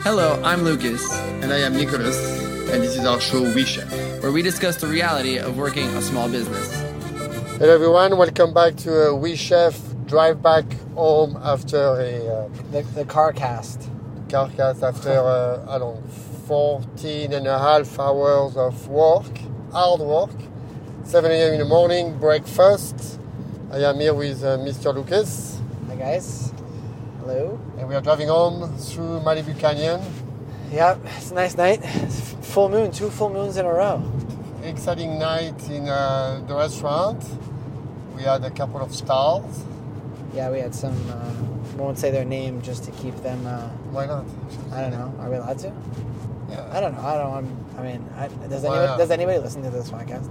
Hello, I'm Lucas, And I am Nicholas, and this is our show Wisha. where we discuss the reality of working a small business. Hello, everyone. Welcome back to uh, We Chef Drive Back Home after a uh, The, the car cast. carcass, after uh, I don't know, 14 and a half hours of work, hard work, 7 a.m. in the morning, breakfast. I am here with uh, Mr. Lucas, Hi guys. Hello. and we are driving home through Malibu Canyon. Yep, it's a nice night. It's f- full moon, two full moons in a row. Exciting night in uh, the restaurant. We had a couple of stars. Yeah, we had some. Uh, we won't say their name just to keep them. Uh, Why not? I don't know. Are we allowed to? Yeah. I don't know. I don't. I'm, I mean, I, does Why anybody not? does anybody listen to this podcast?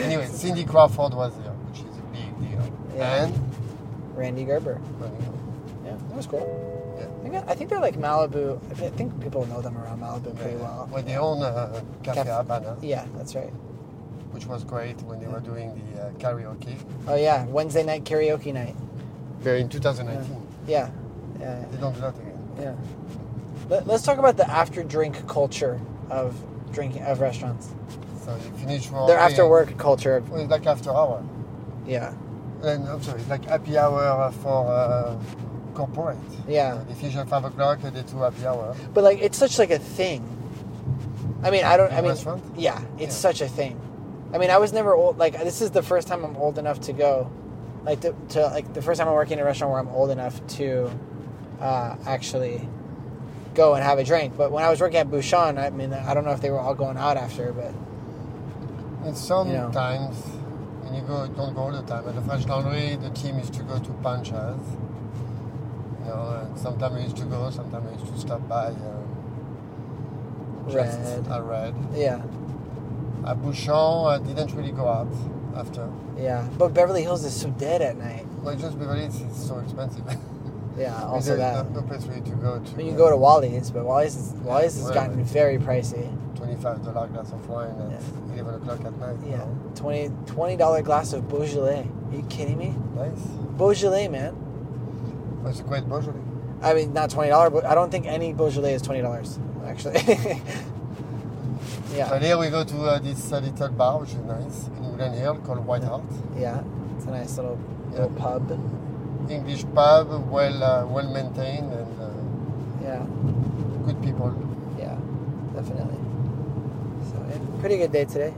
anyway, Cindy Crawford was there, which is a big deal. Yeah. And Randy Gerber. Yeah, that was cool. I think, I think they're like Malibu. I thi- think people know them around Malibu pretty well. When they own uh, Cafe Cafe- Habana, Yeah, that's right. which was great when they were doing the uh, karaoke. Oh yeah, Wednesday night karaoke night. They're in 2019. Yeah, yeah. They don't do that again. Yeah. Let, let's talk about the after drink culture of drinking of restaurants. So you finish work. Their after work culture. Of, Well, it's like after hour. yeah. And I'm sorry, it's like happy hour for uh, corporate. Yeah. They finish at 5 o'clock and they do happy hour. But like it's such like a thing. I mean, I don't. I In mean, restaurant? yeah, it's Yeah. such a thing. I mean, I was never old. Like this is the first time I'm old enough to go, like to, to like the first time I'm working in a restaurant where I'm old enough to uh, actually go and have a drink. But when I was working at Bouchon, I mean, I don't know if they were all going out after, but And sometimes, when you go, don't go all the time. At the French Laundry, the team used to go to Panchas. You know, and sometimes we used to go, sometimes we used to stop by. Uh, just Red. At Red. yeah. At Bouchon, I didn't really go out after. Yeah, but Beverly Hills is so dead at night. Like just because it's, it's so expensive. Yeah, also There's that. No, no place really to go to. I mean, you go to Wally's, but Wally's is, Wally's has Right. gotten very pricey. Twenty-five dollar glass of wine at Yeah. eleven o'clock at night. you Yeah, know? 20 $20 glass of Beaujolais. Are you kidding me? Nice. Beaujolais, man. But it's a great Beaujolais. I mean, not twenty dollars, but I don't think any Beaujolais is twenty dollars actually. But yeah, here we go to uh, this uh, little bar, which is nice, in Glen Hill, called White Hart. yeah, it's a nice little little Yeah. pub. English pub, well uh, well maintained and uh, Yeah, good people. yeah, definitely. So, yeah, pretty good day today.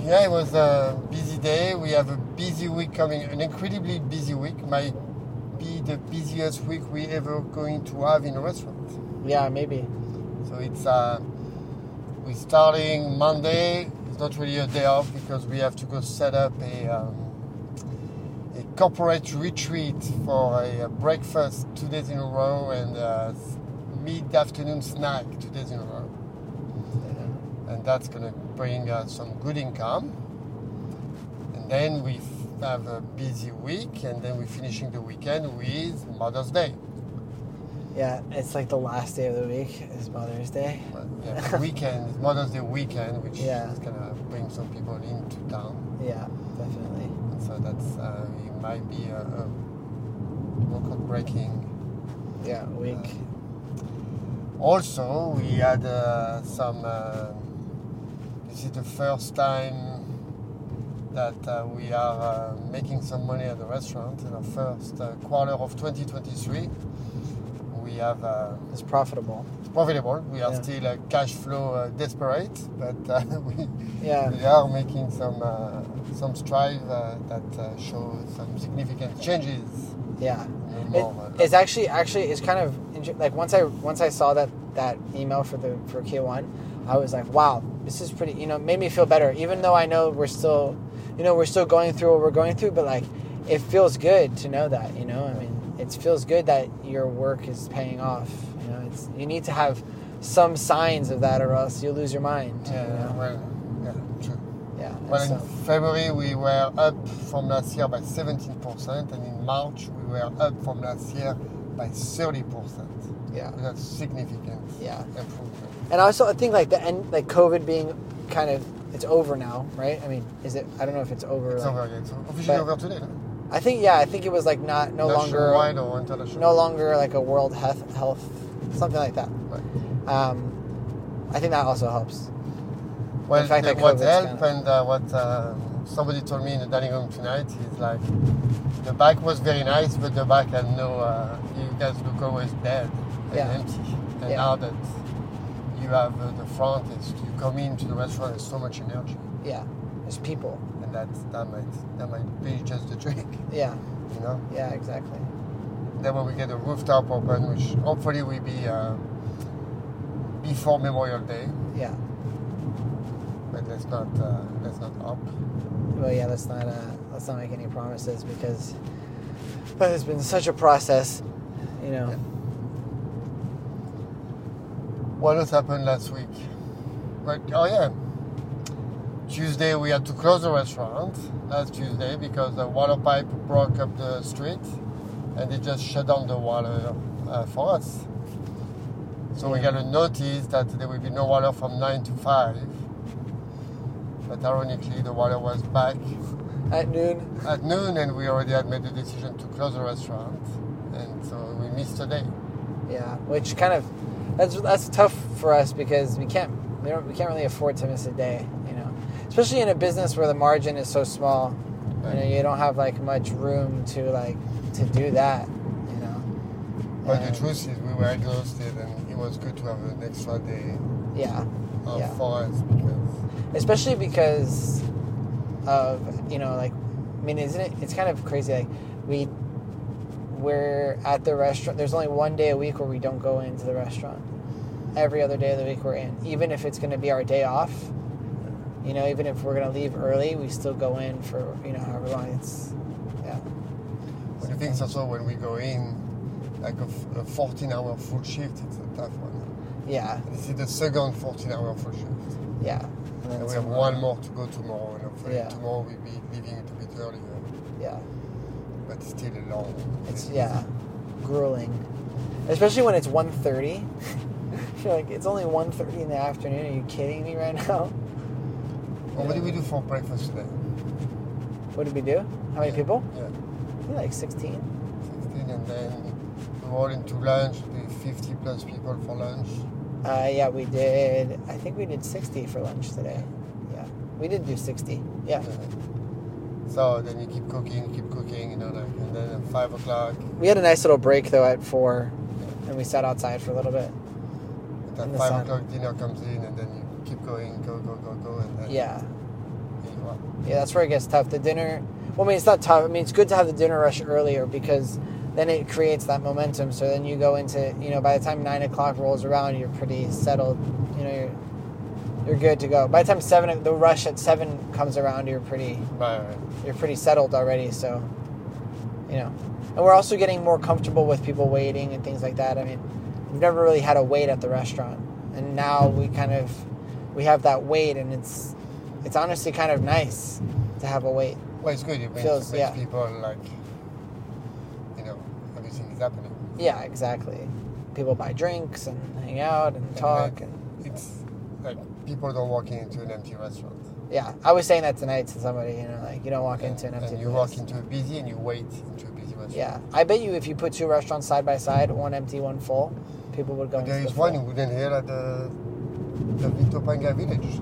Yeah, it was a busy day. We have a busy week coming, an incredibly busy week. Might be the busiest week we ever going to have in a restaurant. Yeah, maybe. So it's uh, we're starting Monday. It's not really a day off because we have to go set up a um, a corporate retreat for a, uh breakfast two days in a row and uh, s- mid-afternoon snack two days in a row, and that's gonna bring us some good income. And then we f- have a busy week, and then we're finishing the weekend with Mother's Day. Yeah, it's like the last day of the week is Mother's Day. Well, yeah, weekend, Mother's Day weekend, which Yeah. is gonna bring some people into town. Yeah, definitely. So that's uh, it might be a, a record breaking. Yeah, week. Also, we had uh, some. Uh, this is the first time that uh, we are uh, making some money at the restaurant in the first uh, quarter of 2023. We have. Uh, It's profitable. it's profitable. We are Yeah. still uh, cash flow uh, desperate, but uh, we, Yeah. we are making some uh, some strive uh, that uh, show some significant changes. Yeah. No It, more, uh, it's actually actually it's kind of inter- like once I once I saw that that email for the for Q1, I was like, wow, this is pretty. You know, it made me feel better. Even though I know we're still, you know, we're still going through what we're going through, but like, it feels good to know that. You know, I mean, it feels good that your work is paying off. You know, it's you need to have some signs of that, or else you'll lose your mind. you yeah, know? well, yeah, true. yeah. and Well, so- in February we were up from last year by 17%, and in March we were up from last year by 30%. yeah. That's significant Yeah. improvement. And also, I think like the end, like COVID being kind of, it's over now, right? I mean, is it? I don't know if it's over. It's like- over yet. So officially But- over today. No? I think yeah. I think it was like not no longer Nationwide or international? no longer like a World Health Health something like that. Right. Um, I think that also helps. Well, The fact the- that what COVID's helped kinda- and uh, what uh, somebody told me in the dining room tonight is like the back was very nice, but the back had no. Uh, you guys look always dead and Yeah. empty. And Yeah. now that you have uh, the front, is you come into the restaurant, there's so much energy, Yeah, there's people. and that that might that might be just the trick, Yeah, you know. yeah, exactly. Then when we get the rooftop open, which hopefully will be uh, before Memorial Day, Yeah. but let's not uh, let's not up. Well, yeah. Let's not uh, let's not make any promises because, but it's been such a process, you know. What else happened last week? Right, oh yeah. Tuesday we had to close the restaurant last Tuesday because the water pipe broke up the street and they just shut down the water uh, for us. So we Yeah. got a notice that there will be no water from 9 to 5. But ironically, the water was back At noon. at noon and we already had made the decision to close the restaurant. And so we missed a day. Yeah, which kind of that's that's tough for us because we can't we don't we can't really afford to miss a day, you know. Especially in a business where the margin is so small, you know, you don't have like much room to like to do that, you know. But the And- truth is, we were exhausted, and it was good to have an extra day Yeah, off Yeah. for us because especially because of you know like I mean, isn't it? It's kind of crazy. Like we we're at the restaurant. There's only one day a week where we don't go into the restaurant. Every other day of the week we're in, even if it's going to be our day off. You know, even if we're going to leave early, we still go in for you know however long it's. Yeah, the things also when we go in, like a, f- a 14 hour full shift, it's a tough one. yeah, This is the second 14 hour full shift. yeah. And we have one more to go tomorrow, and hopefully Yeah. tomorrow we'll be leaving a bit earlier, Yeah. but it's still a long It's yeah, grueling, especially when it's 1.30. You're like, it's only 1.30 in the afternoon. Are you kidding me right now? Well, what did we do for breakfast today? What did we do? How many people? Yeah, I think like 16. 16, and then we were all into lunch, we had 50 plus people for lunch. Uh, yeah, we did. I think we did 60 for lunch today. Yeah, we did do 60. Yeah, So then you keep cooking, keep cooking, you know, like, and then at 5 o'clock, we had a nice little break though at four, and we sat outside for a little bit. In That the five sun. o'clock dinner comes in, and then you keep going, go, go, go, go, and then Yeah, here you are. yeah, that's where it gets tough. The dinner. Well, I mean, it's not tough. I mean, it's good to have the dinner rush earlier because then it creates that momentum. So then you go into, you know, by the time nine o'clock rolls around, you're pretty settled. You know, you're you're good to go. By the time seven, o- the rush at seven comes around, you're pretty Right, right. you're pretty settled already. So, you know, and we're also getting more comfortable with people waiting and things like that. I mean, we've never really had a wait at the restaurant, and now we kind of we have that wait, and it's it's honestly kind of nice to have a wait. Well, it's good. It makes, Feels- makes yeah. people like, you know, everything is happening. Yeah, exactly. People buy drinks and hang out and talk and It's like people don't walk into an empty restaurant. yeah. I was saying that tonight to somebody. You know, like you don't walk and, into an empty. And you place. walk into a busy, and you wait into a busy restaurant. Yeah, I bet you if you put two restaurants side by side, one empty, one full, people would go. into There the is full. one in Wooden Hill at the, the Vitopanga village.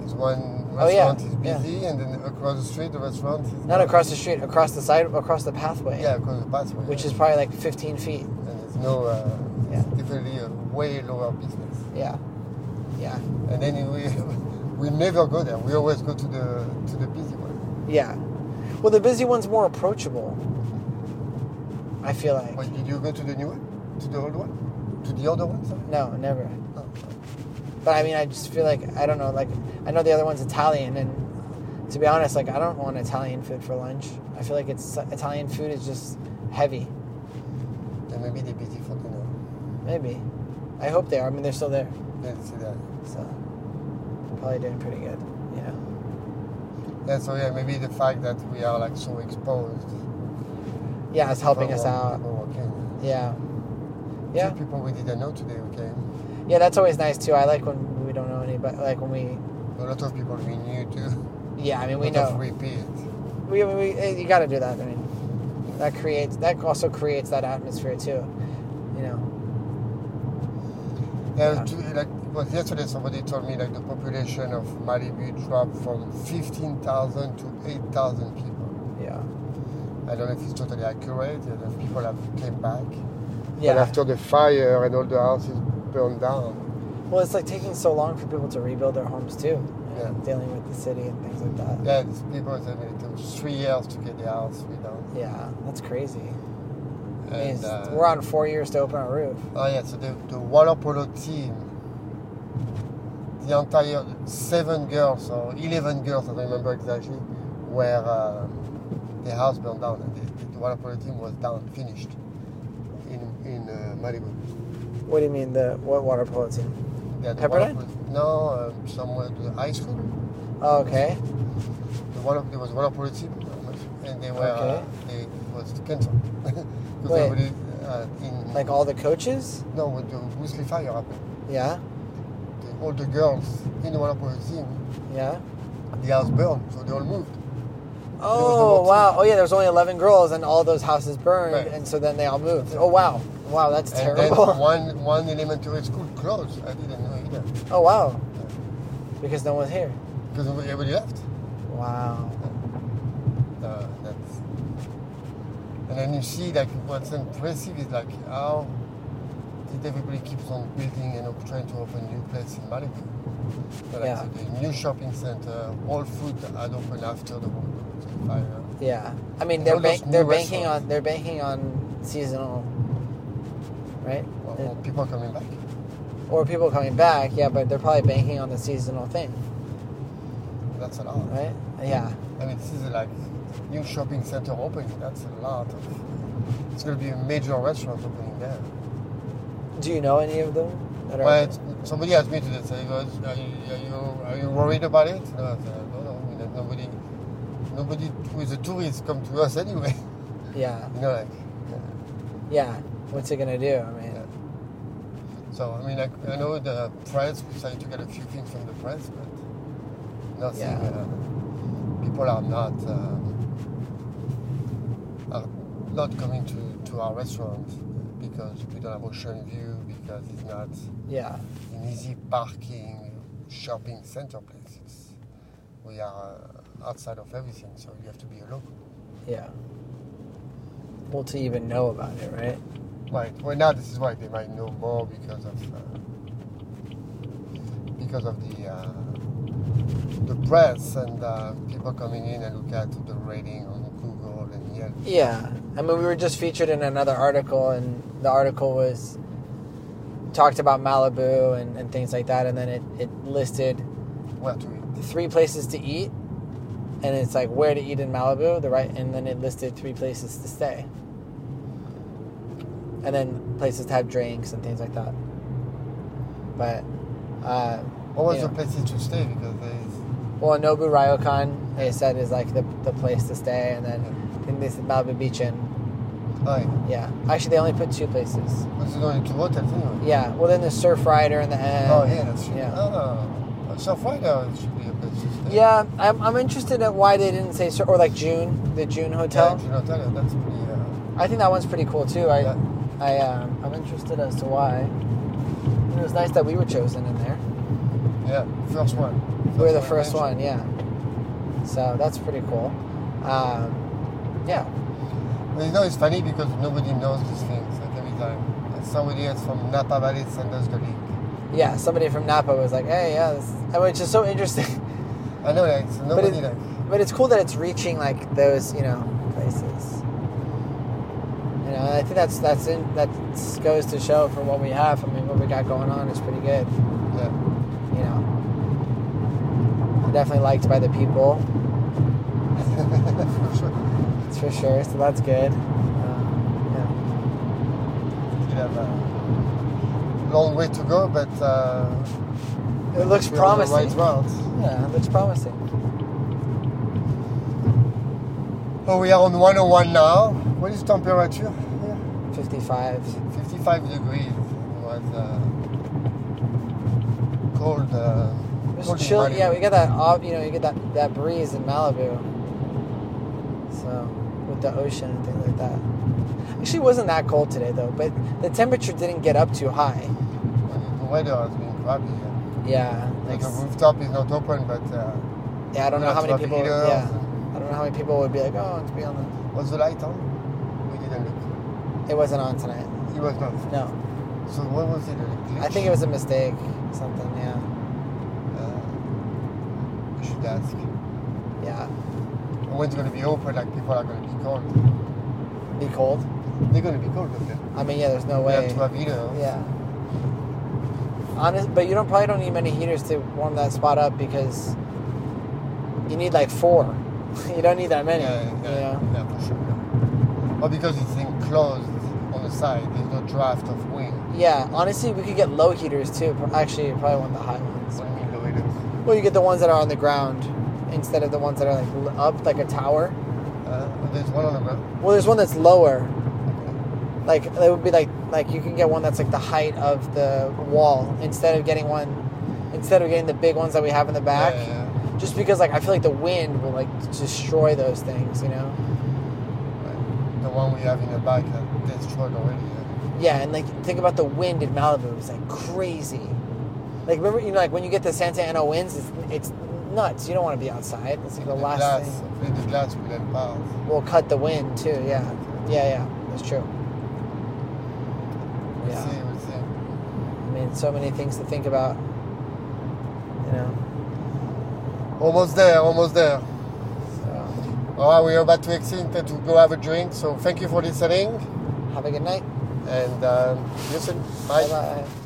There's one Oh, yeah, restaurant is yeah. busy, and then across the street, the restaurant is Not across the street, across the side, across the pathway. Yeah, across the pathway. Which yeah. is probably like 15 feet. And it's no, uh, Yeah. it's definitely a way lower business. Yeah. Yeah. And then we we never go there. We always go to the to the busy one. Yeah. Well, the busy one's more approachable. I feel like. But did you go to the new one? To the old one? To the other one? Sorry? No, never. No. But I mean, I just feel like, I don't know, like, I know the other one's Italian, and to be honest, like, I don't want Italian food for lunch. I feel like it's Italian food is just heavy. Then maybe they're busy for dinner. Maybe. I hope they are. I mean, they're still there. Let's see that. So, probably doing pretty good, you know? Yeah, so yeah, maybe the fact that we are like so exposed. Yeah, it's helping people us walk- out. People walk in. Yeah. Two Yeah. people we didn't know today we came. Yeah, that's always nice too. I like when we don't know anybody. Like when we, A lot of people we knew too. yeah, I mean we a lot know. Of repeat. We, we, we eh, you got to do that. I mean, that creates that also creates that atmosphere too. You know, There are two- like well, yesterday, somebody told me like the population of Malibu dropped from 15,000 to 8,000 people. Yeah. I don't know if it's totally accurate. A lot of people have came back. But Yeah. after the fire and all the houses burned down, Well, it's like taking so long for people to rebuild their homes too. Yeah. And dealing with the city and things like that. yeah, these people I mean, it took three years to get the house redone. Yeah, that's crazy. I mean, And it's- uh, we're on four years to open a roof. Oh yeah, so the, the water polo team, the entire seven girls or eleven girls, I don't remember exactly, where uh, the house burned down. And the, the water polo team was down, finished in in uh, Malibu. What do you mean the what water polo team? They had the water Pepperdine? polo- no, um, somewhere the high school. Oh, okay. The water, there was water polo team, and they were Okay. uh, they was canceled because Wait. everybody uh, in Like all the coaches? no with the Wesley fire happened. Yeah. The, all the girls in the water polo team. Yeah. the house burned, so they all moved. Oh whole wow! Oh yeah, there was only eleven girls, and all those houses burned, Right. and so then they all moved. Oh wow! Wow, that's And then terrible. one one elementary school closed. I didn't know either Oh wow! Because no one's here. because everybody left. Wow. Uh, that's, and then you see like what's impressive is like how did everybody keeps on building and op- trying to open new places in Malibu. But like, Yeah. the new shopping center, all food had opened after the war- the fire. Yeah. I mean, And they're all those bank, they're new banking restaurants. on they're banking on seasonal, right? Well, well, people are coming back. Or people coming back. Yeah, but they're probably banking on the seasonal thing, That's a lot. right? Yeah. I mean, this is like new shopping center opening. That's a lot. Of, it's going to be a major restaurant opening there. Do you know any of them? That Well, it's, somebody asked me today, say, "Guys, are you, are you are you worried about it? No, I said, no, no. I mean, nobody, nobody who is a tourist come to us anyway. yeah. You know, like Yeah. What's it gonna do? I mean, so. I mean, like, I know the press. We trying to get a few things from the press, but nothing. Yeah. Uh, people are not um, are not coming to, to our restaurant because we don't have ocean view because it's not yeah. an easy parking shopping center place. It's, we are uh, outside of everything, so you have to be a local. Yeah. Well, to even know about it, right? Right. Well, now this is why they might know more because of uh, because of the uh, the press and uh, people coming in and look at the rating on Google and Yelp. Yeah, I mean, we were just featured in another article, and the article was talked about Malibu and, and things like that, and then it, it listed Where to eat? three places to eat, and it's like where to eat in Malibu, the right, and then it listed three places to stay, and then places to have drinks and things like that. But uh, What was you the know. places to stay? Because there is Well, Nobu Ryokan, they said, is like the, the place to stay, and then I think they said Malibu Beach Inn. like Yeah, actually, they only put two places. what's going to hotels anyway. Yeah, well, then the Surf Rider and the end. oh yeah, that's true. yeah. Oh, no. so Florida should be a place to stay. Yeah, I'm, I'm interested at why they didn't say Sur- or like June, the June Yeah, Hotel. you know, tell you, that's pretty. Uh, I think that one's pretty cool too. I, Yeah. I, um, I'm interested as to why. And it was nice that we were chosen in there. yeah, first one. we were the First first mentioned. one, yeah. So that's pretty cool. Um, yeah, Well, you know, it's funny because nobody knows these things like every time. And somebody else from Napa Valley sends us the link. yeah. Somebody from Napa was like, "Hey, yeah," this, I mean, which is so interesting. I know, like, so But nobody, it- like, But it's cool that it's reaching like those, you know, places. You know, I think that's that's in that goes to show for what we have. I mean, what we got going on is pretty good. yeah. You know, we're definitely liked by the people. For sure. That's for sure. So that's good. Um, Still have a long way to go, but uh, yeah. It looks we're on the right promising. route. Yeah, it looks promising. Oh, we are on 101 now. What is temperature? Yeah. Fifty-five. 55 degrees. It was uh, cold. Uh, It was cold in chill. Malibu. Yeah, we got that. ob- You know, you get that that breeze in Malibu. So with the ocean and things like that. Actually, it wasn't that cold today though. But the temperature didn't get up too high. It weather has been crappy. yeah. Yeah, Like like, the rooftop is not open, but uh, yeah. I don't know how many traffic people. either. Yeah, I don't know how many people would be like, oh, let's be on Was the light on? We didn't look. the. It wasn't on tonight. It was not. No, So what was it? a I think it was a mistake. Something. Yeah, glitch? Uh, we should ask. yeah. And When's it going to be open? Like people are going to be cold. Be cold. They're going to be cold up there. I mean, yeah. There's no We way. have to have heater. Yeah. Honest, but you don't probably don't need many heaters to warm that spot up because you need like four. you don't need that Yeah, many. yeah, you yeah, know? yeah, for sure. Or because it's enclosed on the side, there's no draft of wind. Yeah. Honestly, we could get low heaters too. Pro- Actually, you probably want the high ones. What do you mean, low heaters? Well, you get the ones that are on the ground instead of the ones that are like l- up like a tower. Uh, there's one on the ground. Well, there's one that's lower. Okay. Like it would be like like you can get one that's like the height of the wall instead of getting one instead of getting the big ones that we have in the back. Yeah, yeah, just because like I feel like the wind will like destroy those things, you know? yeah. Right. The one we have in the back uh, destroyed already. yeah. Yeah, and like think about the wind in Malibu. It was like crazy. Like remember, you know, like when you get the Santa Ana winds, it's, it's nuts. You don't want to be outside. It's like the, last glass, thing. thing. The glass will help out. We'll cut the wind too. Yeah, yeah, yeah. That's true. We'll Yeah. see, we'll see. I mean, so many things to think about. You know. Almost there, almost there. So, All right, we are about to exit and to go have a drink. So thank you for listening have a good night. and um, listen. bye.